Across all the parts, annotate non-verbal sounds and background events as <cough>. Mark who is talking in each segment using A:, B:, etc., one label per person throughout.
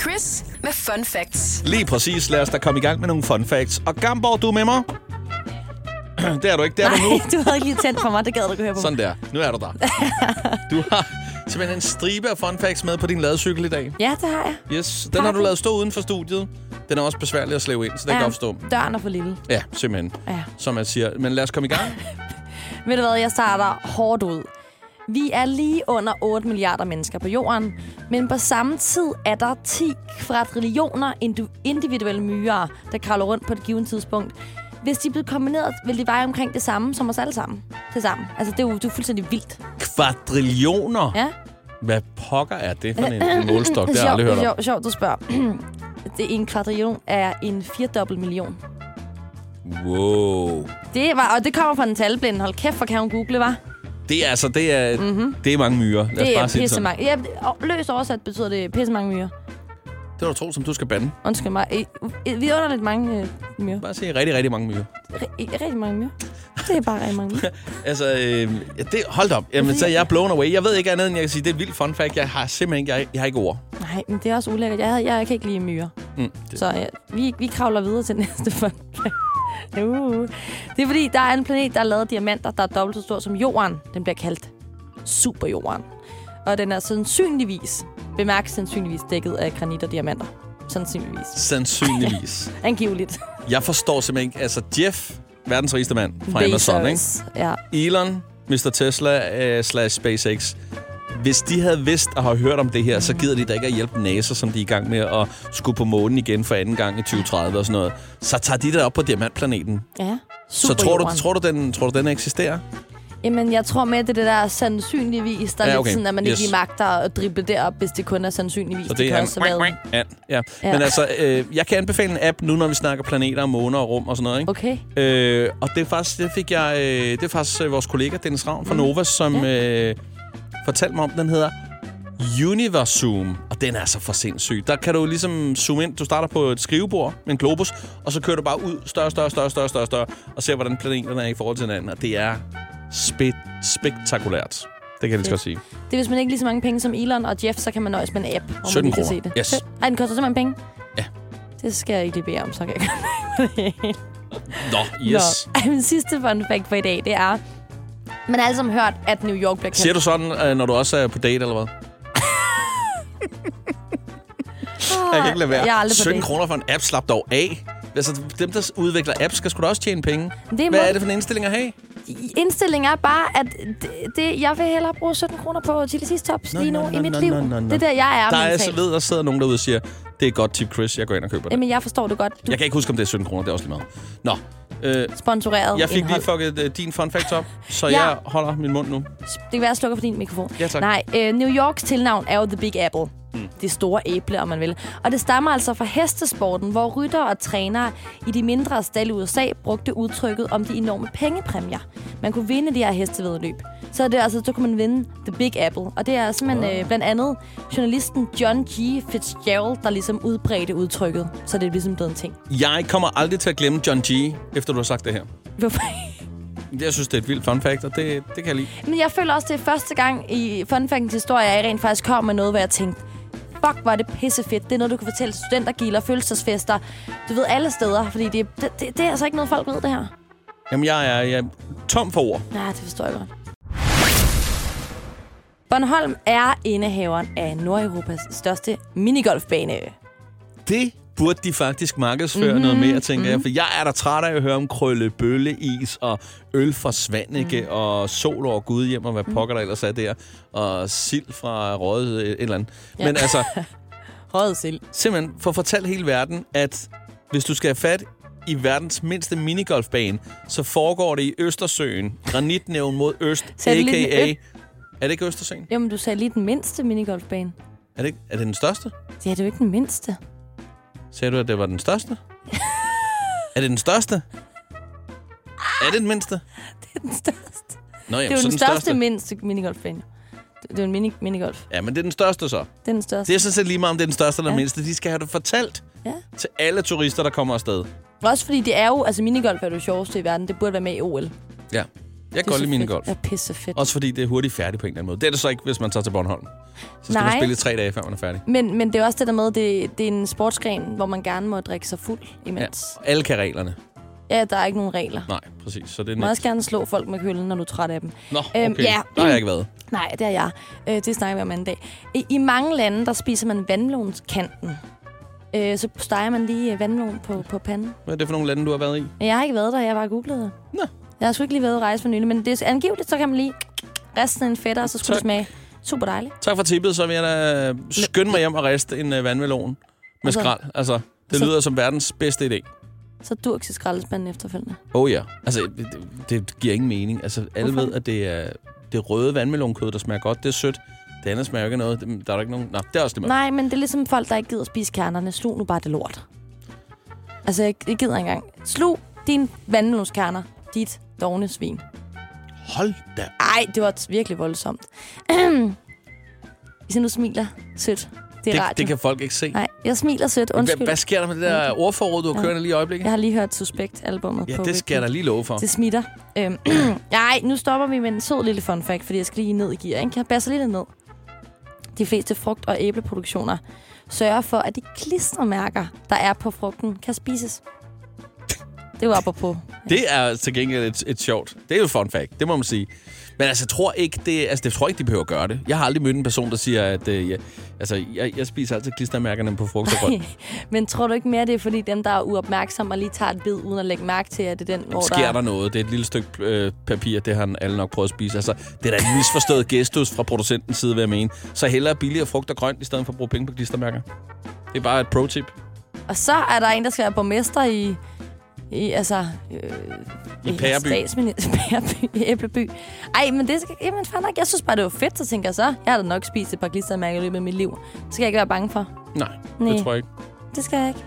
A: Chris med Fun Facts.
B: Lige præcis. Lad os da komme i gang med nogle fun facts. Og Gamborg, du er med mig? <clears throat> Det er du ikke. Det er du nu.
C: Nej, du havde ikke lige tændt for mig. Det gad du ikke høre på.
B: Sådan der. Nu er du
C: <laughs>
B: der. Du har simpelthen en stribe af fun facts med på din ladecykel i dag.
C: Ja, det har jeg.
B: Yes, den har du lavet stå uden for studiet. Den er også besværlig at slæve ind, så den kan opstå.
C: Døren er for lille.
B: Ja, simpelthen.
C: Ja.
B: Som man siger. Men lad os komme i
C: <laughs>
B: gang.
C: Ved du hvad, jeg starter hårdt ud. Vi er lige under 8 milliarder mennesker på jorden, men på samme tid er der 10 kvadrillioner indu- individuelle myrer, der kravler rundt på et givet tidspunkt. Hvis de er blevet kombineret, vil de veje omkring det samme som os alle sammen. Til sammen. Altså, det er jo det er fuldstændig vildt.
B: Kvadrillioner.
C: Ja?
B: Hvad pokker er det for en målstok? Det har jeg aldrig hørt om.
C: sjovt, sjovt, du spørger. <clears throat> det er en kvadrillion er en firdobbelt million.
B: Wow.
C: Det var, og det kommer fra en talblinde. Hold kæft, hvor kan hun google, var?
B: Det er altså, det er, det er mange myrer. Lad os
C: Mhm. Det
B: bare
C: er
B: sige det
C: pisse
B: sådan.
C: mange. Ja, og løs oversat betyder det pisse mange myrer.
B: Det er du tro, som du skal bande.
C: Undskyld mig. Øh, øh, Vi underligt mange øh, myrer.
B: Bare sige rigtig, rigtig mange myrer.
C: R- rigtig mange myrer. Det er bare rigtig
B: <laughs>
C: mange myrer.
B: Altså, øh, ja, det, hold op. Jamen, så er jeg er blown away. Jeg ved ikke andet, end jeg kan sige, det er et vildt fun fact. Jeg har simpelthen ikke, jeg, jeg har ikke ord.
C: Nej, men det er også ulækkert. Jeg, havde- jeg kan ikke lide myrer.
B: Mm, det-
C: Det. Så ja, vi, vi kravler videre til <laughs> næste fun fact. uh. Det er fordi, der er en planet, der er lavet af diamanter, der er dobbelt så stor som jorden. Den bliver kaldt superjorden. Og den er sandsynligvis, bemærk sandsynligvis, dækket af granit og diamanter. Sandsynligvis.
B: Sandsynligvis.
C: Angiveligt.
B: jeg forstår simpelthen ikke. Altså, Jeff, verdens rigeste mand fra Amazon, ikke?
C: Bezos. Ja.
B: Elon, Mr. Tesla øh, slash SpaceX. Hvis de havde vidst og har hørt om det her, så gider de da ikke at hjælpe NASA, som de er i gang med at skulle på månen igen for anden gang i 2030 og sådan noget. Så tager de det op på diamantplaneten.
C: ja.
B: Så tror du,
C: Superjorden.
B: tror du, den, tror du, den eksisterer?
C: Jamen, jeg tror med, at det er det der sandsynligvis, der
B: Ja,
C: ja,
B: okay.
C: okay. lidt sådan, at man
B: Yes.
C: yes. ikke lige magter at drible derop, hvis det kun er sandsynligvis.
B: Så det, det
C: kan
B: er
C: også have været...
B: Ja. ja.
C: Ja.
B: Men altså, øh, jeg kan anbefale en app nu, når vi snakker planeter og måner og rum og sådan noget. Ikke?
C: Okay.
B: Øh, og det er faktisk, det fik jeg, øh, det er faktisk øh, vores kollega Dennis Ravn fra Nova, som øh, fortalte mig om, den hedder Universe Zoom, og den er så for sindssyg. Der kan du ligesom zoome ind, du starter på et skrivebord med en globus, og så kører du bare ud større, større, større, større, større, større og ser, hvordan planeterne er i forhold til hinanden, og det er spit, spektakulært. Det kan jeg lige så godt sige.
C: Det er, hvis man ikke lige så mange penge som Elon og Jeff, så kan man nøjes med en app. hvor man
B: 17
C: lige kan
B: kroner.
C: se det.
B: Yes.
C: Ej, den koster simpelthen penge?
B: Ja.
C: Det skal jeg ikke lige bede om, så kan jeg godt
B: Nå, yes.
C: <laughs> Nå. Ej, min sidste fun fact for i dag, det er... Man har alle sammen hørt, at New York bliver kendt.
B: Siger du sådan, øh, når du også er på date, eller
C: <laughs>
B: hvad? Jeg kan ikke lade være.
C: Jeg er aldrig på
B: 17
C: date.
B: kroner for en app, slap dog af. Altså, dem, der udvikler apps, skal sgu da også tjene penge.
C: Det er
B: Hvad
C: må-
B: er det for en indstilling at have?
C: Indstillingen er bare, at det, det, jeg vil hellere bruge 17 kroner på Chili's Tops
B: Nå,
C: lige nu
B: nå,
C: i
B: nå,
C: mit
B: nå,
C: liv.
B: nå, nå, nå.
C: Det er der, jeg er
B: der er altså
C: mentalt.
B: så ved, der sidder nogen derude og siger, det er et godt tip, Chris. Jeg går ind og køber det.
C: Jamen, jeg forstår det godt. Du
B: Jeg kan ikke huske, om det er 17 kroner. Det er også lige meget. Nå, øh,
C: sponsoreret
B: jeg fik
C: indhold.
B: lige fucket øh, din fun fact op, så
C: Ja.
B: jeg holder min mund nu.
C: Det kan være, at jeg slukker for din mikrofon.
B: Ja, tak.
C: Nej, øh, New Yorks tilnavn er jo The Big Apple. Mm. Det store æble, om man vil. Og det stammer altså fra hestesporten, hvor rytter og trænere i de mindre stalle i USA brugte udtrykket om de enorme pengepræmier. Man kunne vinde de her hestevedløb. Så, er det, altså, så kunne man vinde The Big Apple. Og det er simpelthen øh, blandt andet journalisten John G. Fitzgerald, der ligesom udbredte udtrykket. Så det er ligesom blevet en ting.
B: Jeg kommer aldrig til at glemme John G., efter du har sagt det her.
C: Hvorfor?
B: Jeg synes, det er et vildt fun fact, og det, det kan jeg lide.
C: Men jeg føler også, det er første gang i Fun Facts historie, at jeg rent faktisk kom med noget, hvor jeg tænkte, fuck, var det pissefedt. Det er noget, du kan fortælle til studentergilder, fødselsdagsfester. Du ved alle steder, fordi det, det, det, det er altså ikke noget, folk ved det her.
B: Jamen, jeg er, jeg er tom for ord.
C: Nej, det forstår jeg godt. Bornholm er indehaveren af Nordeuropas største minigolfbane.
B: Det burde de faktisk markedsføre
C: Mhm,
B: mm-hmm, noget mere, tænker mm-hmm. jeg. For jeg er da træt af at høre om krølle, bølleis og øl fra
C: Mhm.
B: Svanike mm. og sol over Gudhjem og hvad pokker der ellers er der. Og sild fra Røde, øh, et eller andet. Ja.
C: Ja.
B: Men
C: <laughs>
B: altså,
C: Røget sild.
B: simpelthen for at fortælle hele verden, at hvis du skal have fat i verdens mindste minigolfbane, så foregår det i Østersøen. Granitnævn mod Øst,
C: Sagde du lige den
B: a.k.a.
C: ø-
B: Er det ikke Østersøen?
C: Jamen, du sagde lige den mindste minigolfbane.
B: Er det, ikke, er det den største?
C: Ja, det er jo ikke den mindste.
B: Sagde du, at det var den
C: <laughs>
B: største? er det den største? Er det den mindste?
C: Det er den største.
B: Nå, jamen,
C: Ah! Det er jo
B: så
C: den største, mindste minigolfbane. Det det er jo en mini, minigolf.
B: Ja, men det er den største så.
C: Det er den største.
B: Det er sådan set lige meget, om det er den største eller ja.
C: Ja.
B: mindste. De skal have det fortalt
C: Ja.
B: til alle turister, der kommer afsted.
C: Også fordi det er jo, altså minigolf er det jo sjoveste i verden. Det burde være med i OL.
B: Ja. Jeg kan godt lide mine golf.
C: Det er pisse fedt.
B: Også fordi det er hurtigt færdigt på en eller anden måde. Det er det så ikke, hvis man tager til Bornholm. Så skal Nej. man
C: Nej.
B: spille i tre dage, før man er færdig.
C: Men, men det er også det der med, det, det er en sportsgren, hvor man gerne må drikke sig fuld
B: Ja.
C: imens.
B: og Alle kan reglerne.
C: Ja, ja der er ikke nogen regler.
B: Nej, præcis. Så det er
C: Du må
B: nemt.
C: også gerne slå folk med kølen, når du er træt af dem.
B: Nå, okay.
C: Øhm, ja.
B: Der har jeg ikke været.
C: Nej, det er jeg. Øh, det snakker vi om anden dag. I, I mange lande, der spiser man vandmelonskanten. Øh, så steger man lige øh, vandmelon på, på panden.
B: Hvad er det for nogle lande, du har været i?
C: Men Jeg har ikke været der, jeg har bare googlet det.
B: Nå.
C: Jeg har sgu ikke lige været ude at rejse for nylig, men det er angiveligt, så kan man lige resten af en fætter, og så skulle det
B: Tak.
C: smage super dejligt.
B: Tak for tippet, så vil jeg da skynde mig hjem og riste en øh, vandmelon med
C: Altså-
B: skrald. Altså, det
C: Så-
B: lyder som verdens bedste idé.
C: Så durk til skraldespanden efterfølgende.
B: Oh ja. Altså, det, det- det giver ingen mening. Altså, alle
C: Hvorfor?
B: ved, at det er det røde vandmelonkød, der smager godt. Det er sødt. Det andet smager jo ikke af noget. Det- Der er der ikke nogen... Nå, det er også det, man...
C: Nej, men det er ligesom folk, der ikke gider spise kernerne. Slug nu bare det lort. Altså, jeg, jeg gider ikke engang. Slug din vandmelonskerner, dit dogne svin.
B: Hold da.
C: Ej, det var virkelig voldsomt. Hvis jeg nu smiler sødt. Det er
B: Det,
C: radio.
B: det kan folk ikke se.
C: Nej, jeg smiler sødt.
B: Hvad,
C: Undskyld.
B: hvad sker der med det der ordforråd, du har
C: Ja.
B: kørende lige i øjeblikket?
C: Jeg har lige hørt Suspekt-albummet
B: Ja,
C: på
B: det skal jeg da lige love for.
C: Det smitter. Øhm, <clears throat> nej, nu stopper vi med en sød lille fun fact, fordi jeg skal lige ned i gear. Ikke? Jeg basser lidt ned. De fleste frugt- og æbleproduktioner sørger for, at de klistermærker, der er på frugten, kan spises. Det var apropos.
B: Det er til gengæld et, et sjovt. Det er jo et fun fact, det må man sige. Men altså, jeg tror ikke, det, altså, jeg tror ikke, de behøver at gøre det. Jeg har aldrig mødt en person, der siger, at øh, jeg, altså, jeg, jeg spiser altid klistermærkerne på frugt og
C: <laughs>
B: grønt.
C: Men tror du ikke mere, det er fordi dem, der er uopmærksomme og lige tager et bid, uden at lægge mærke til, at det er den, hvor
B: Sker
C: der...
B: der noget? Det er et lille stykke øh, papir, det har alle nok prøvet at spise. Altså, det er da en misforstået gestus fra producentens side, vil jeg mene. Så hellere billigere frugt og grønt, i stedet for at bruge penge på klistermærker. Det er bare et pro-tip.
C: Og så er der en, der skal være borgmester i... I, altså, øh,
B: I Pæreby.
C: Statsminister. <laughs> Pæreby. i Æbleby. Ej, men det skal... Jamen, fair nok. Jeg synes bare, det var fedt, så tænker jeg så. Jeg har da nok spist et par klistermærker i løbet af mit liv. Det skal jeg ikke være bange for.
B: Nej,
C: Nej.
B: det tror jeg ikke.
C: Det skal jeg ikke.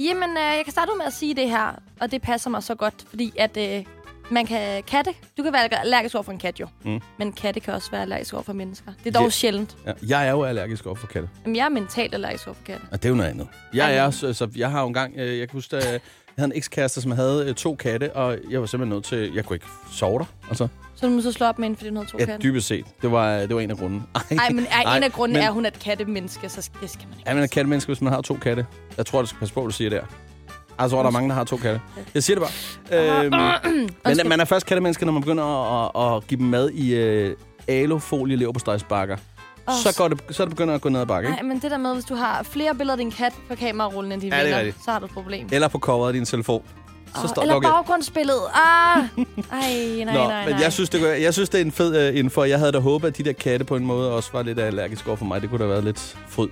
C: Jamen, øh, jeg kan starte ud med at sige det her, og det passer mig så godt, fordi at øh, man kan katte. Du kan være allergisk over for en kat jo,
B: Mm.
C: men katte kan også være allergisk over for mennesker. Det er dog
B: Ja.
C: yeah. sjældent.
B: Ja, jeg er jo allergisk over for katte.
C: Jamen, jeg er mentalt allergisk over for katte.
B: Og det er jo noget andet. Jeg er så, så jeg har jo engang, øh, jeg kan huske, at jeg havde en ekskæreste, som havde øh, to katte, og jeg var simpelthen nødt til, jeg kunne ikke sove der. Altså,
C: Så du må så slå op med hende, fordi hun havde to
B: ja,
C: katte.
B: dybest set. Det var, det var en af grunden.
C: Nej, men er, en af grundene
B: men,
C: er, at hun er et kattemenneske, så skal, det skal man ikke.
B: Er man et kattemenneske, hvis man har to katte? Jeg tror, du skal passe på, hvad du siger der. Altså, der er mange, der har to katte. Jeg siger det bare.
C: <coughs>
B: Øhm, men man er først kattemenneske, når man begynder at, at, at give dem mad i øh, alufolie leverpostejsbakker.
C: Åh,
B: Så, går det, så er det begynder at gå ned ad bakke,
C: Nej,
B: ikke?
C: men det der med, hvis du har flere billeder af din kat på kamerarullen, end dine
B: Ja, det er
C: venner,
B: rigtigt.
C: så har du et problem.
B: Eller på coveret af din telefon. Så
C: Åh,
B: står
C: Eller
B: log ind.
C: baggrundsbilledet.
B: <laughs>
C: Ah! Ej,
B: Nå,
C: nej, nej, nej.
B: men jeg synes, det, kunne- jeg synes, det er en fed øh, info. Jeg havde da håbet, at de der katte på en måde også var lidt allergiske over for mig. Det kunne da have været lidt fryd.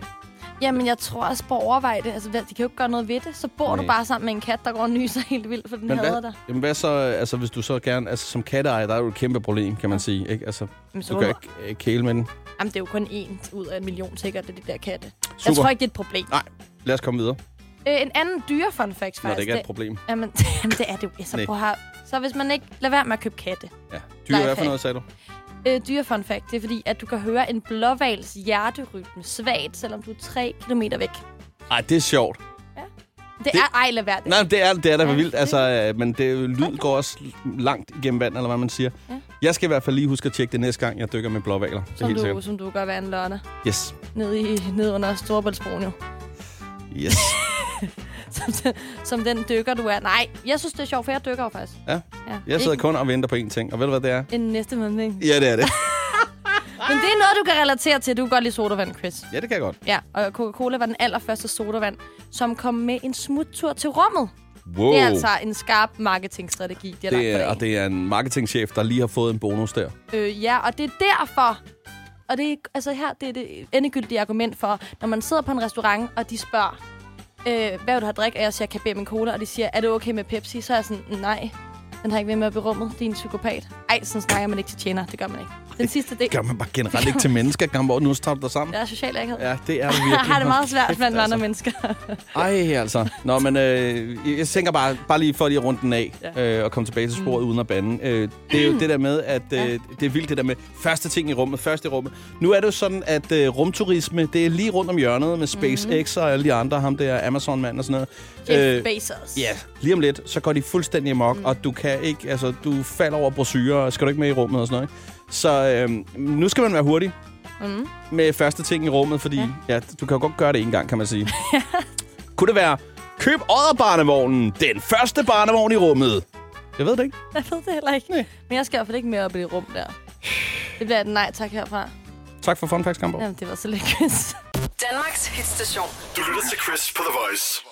C: Jamen, jeg tror også på at overveje det. Altså, hvad- de kan jo ikke gøre noget ved det. Så
B: Nej.
C: bor du bare sammen med en kat, der går og nyser <laughs> helt vildt, for den
B: Men
C: hader
B: hvad,
C: dig.
B: jamen hvad så, øh, altså, hvis du så gerne... Altså, som katteejer, der er jo et kæmpe problem, kan man sige. Ikke? Altså,
C: Jamen,
B: du
C: så må
B: kan
C: du...
B: ikke øh, kæle med den.
C: Jamen, det er jo kun én ud af en million sikkert, det er de der katte. Super.
B: Super.
C: Jeg tror ikke, det er et problem.
B: Nej. Lad os komme videre,
C: Øh, en anden dyre fun fact, faktisk.
B: når det ikke er et problem.
C: Jamen, <laughs> jamen, det er det jo. Så,
B: Nej.
C: prøv at høre. så hvis man ikke... Lad være med at købe katte.
B: Ja. Dyr, hvad for
C: Lifehack.
B: noget, sagde du?
C: Øh, dyre fun fact, det er fordi, at du kan høre en blåvals hjerterytme svagt, selvom du er 3 km væk.
B: Ej, det er sjovt.
C: Det, det... er... Ej, lad være det.
B: Nej, men det er, det er da
C: Ja,
B: vildt.
C: det-
B: Altså, øh, men det, lyd går også langt igennem vand, eller hvad man siger.
C: Ja.
B: Jeg skal i hvert fald lige huske at tjekke det næste gang, jeg dykker med blåvaler. Det er
C: som,
B: helt
C: du,
B: sikkert.
C: som du gør hver en lørdag.
B: Yes.
C: Nede, i, nede under Storebæltsbroen jo. <laughs>
B: Yes.
C: som, som den dykker, du er. Nej, jeg synes, det er sjovt, for jeg dykker jo faktisk.
B: Ja.
C: ja.
B: Jeg sidder
C: Ikke
B: kun og venter på én ting. Og ved du, hvad det er?
C: en næste måned, ikke?
B: Ja, det er det.
C: Men det er noget, du kan relatere til. Du kan godt lide sodavand, Chris.
B: Ja, det kan jeg godt.
C: Ja, og Coca-Cola var den allerførste sodavand, som kom med en smuttur til rummet.
B: Wow.
C: Det er altså en skarp marketingstrategi, de har
B: Oh. det er,
C: lagt
B: og
C: på det.
B: det er en marketingchef, der lige har fået en bonus der.
C: Øh, ja, og det er derfor, og det er, altså her, det er det endegyldige argument for, når man sidder på en restaurant, og de spørger, øh, hvad vil du have at drikke? Og jeg siger, kan jeg bede om en cola? Og de siger, er det okay med Pepsi? Så er jeg sådan, nej, den har ikke været med op i rummet. Det er en psykopat. Ej, sådan snakker man ikke til tjener. Det gør man ikke. Den sidste del.
B: Gør man bare generelt ikke
C: <laughs>
B: til mennesker, gang hvor nu tager du dig sammen.
C: Jeg er social ikke?
B: Ja, det er det
C: <laughs> Jeg
B: virkelig.
C: har det
B: Hold
C: meget svært
B: kæft,
C: blandt andre
B: altså.
C: mennesker.
B: Ej, altså. Nå, men øh, jeg tænker bare, bare lige for lige at runde den af
C: Ja.
B: øh, og komme tilbage til sporet mm. uden at bande. Øh, det er jo det der med, at øh,
C: Ja.
B: det er vildt det der med første ting i rummet, første i rummet. Nu er det jo sådan, at øh, rumturisme, det er lige rundt om hjørnet med SpaceX mm. og alle de andre, ham der Amazon-mand og sådan noget.
C: Jeff Bezos.
B: Øh, Ja, lige om lidt, så går de fuldstændig amok, mm. og du kan ikke, altså, du falder over brosyrer, og skal du ikke med i rummet og sådan noget, ikke? Så øhm, nu skal man være hurtig
C: Mm.
B: med første ting i rummet, fordi ja. Ja, du kan jo godt gøre det en gang, kan man <laughs> sige. Kunne det være, køb odderbarnevognen, den første barnevogn i rummet? Jeg ved det ikke.
C: Jeg ved det heller ikke.
B: Nej.
C: Men jeg skal i hvert fald ikke mere op i det rum der. Det bliver et nej tak herfra.
B: Tak for fun facts, Kambo.
C: Jamen, det var så lykkedes.
A: Danmarks hitstation.
D: Du lytter til Chris på The Voice.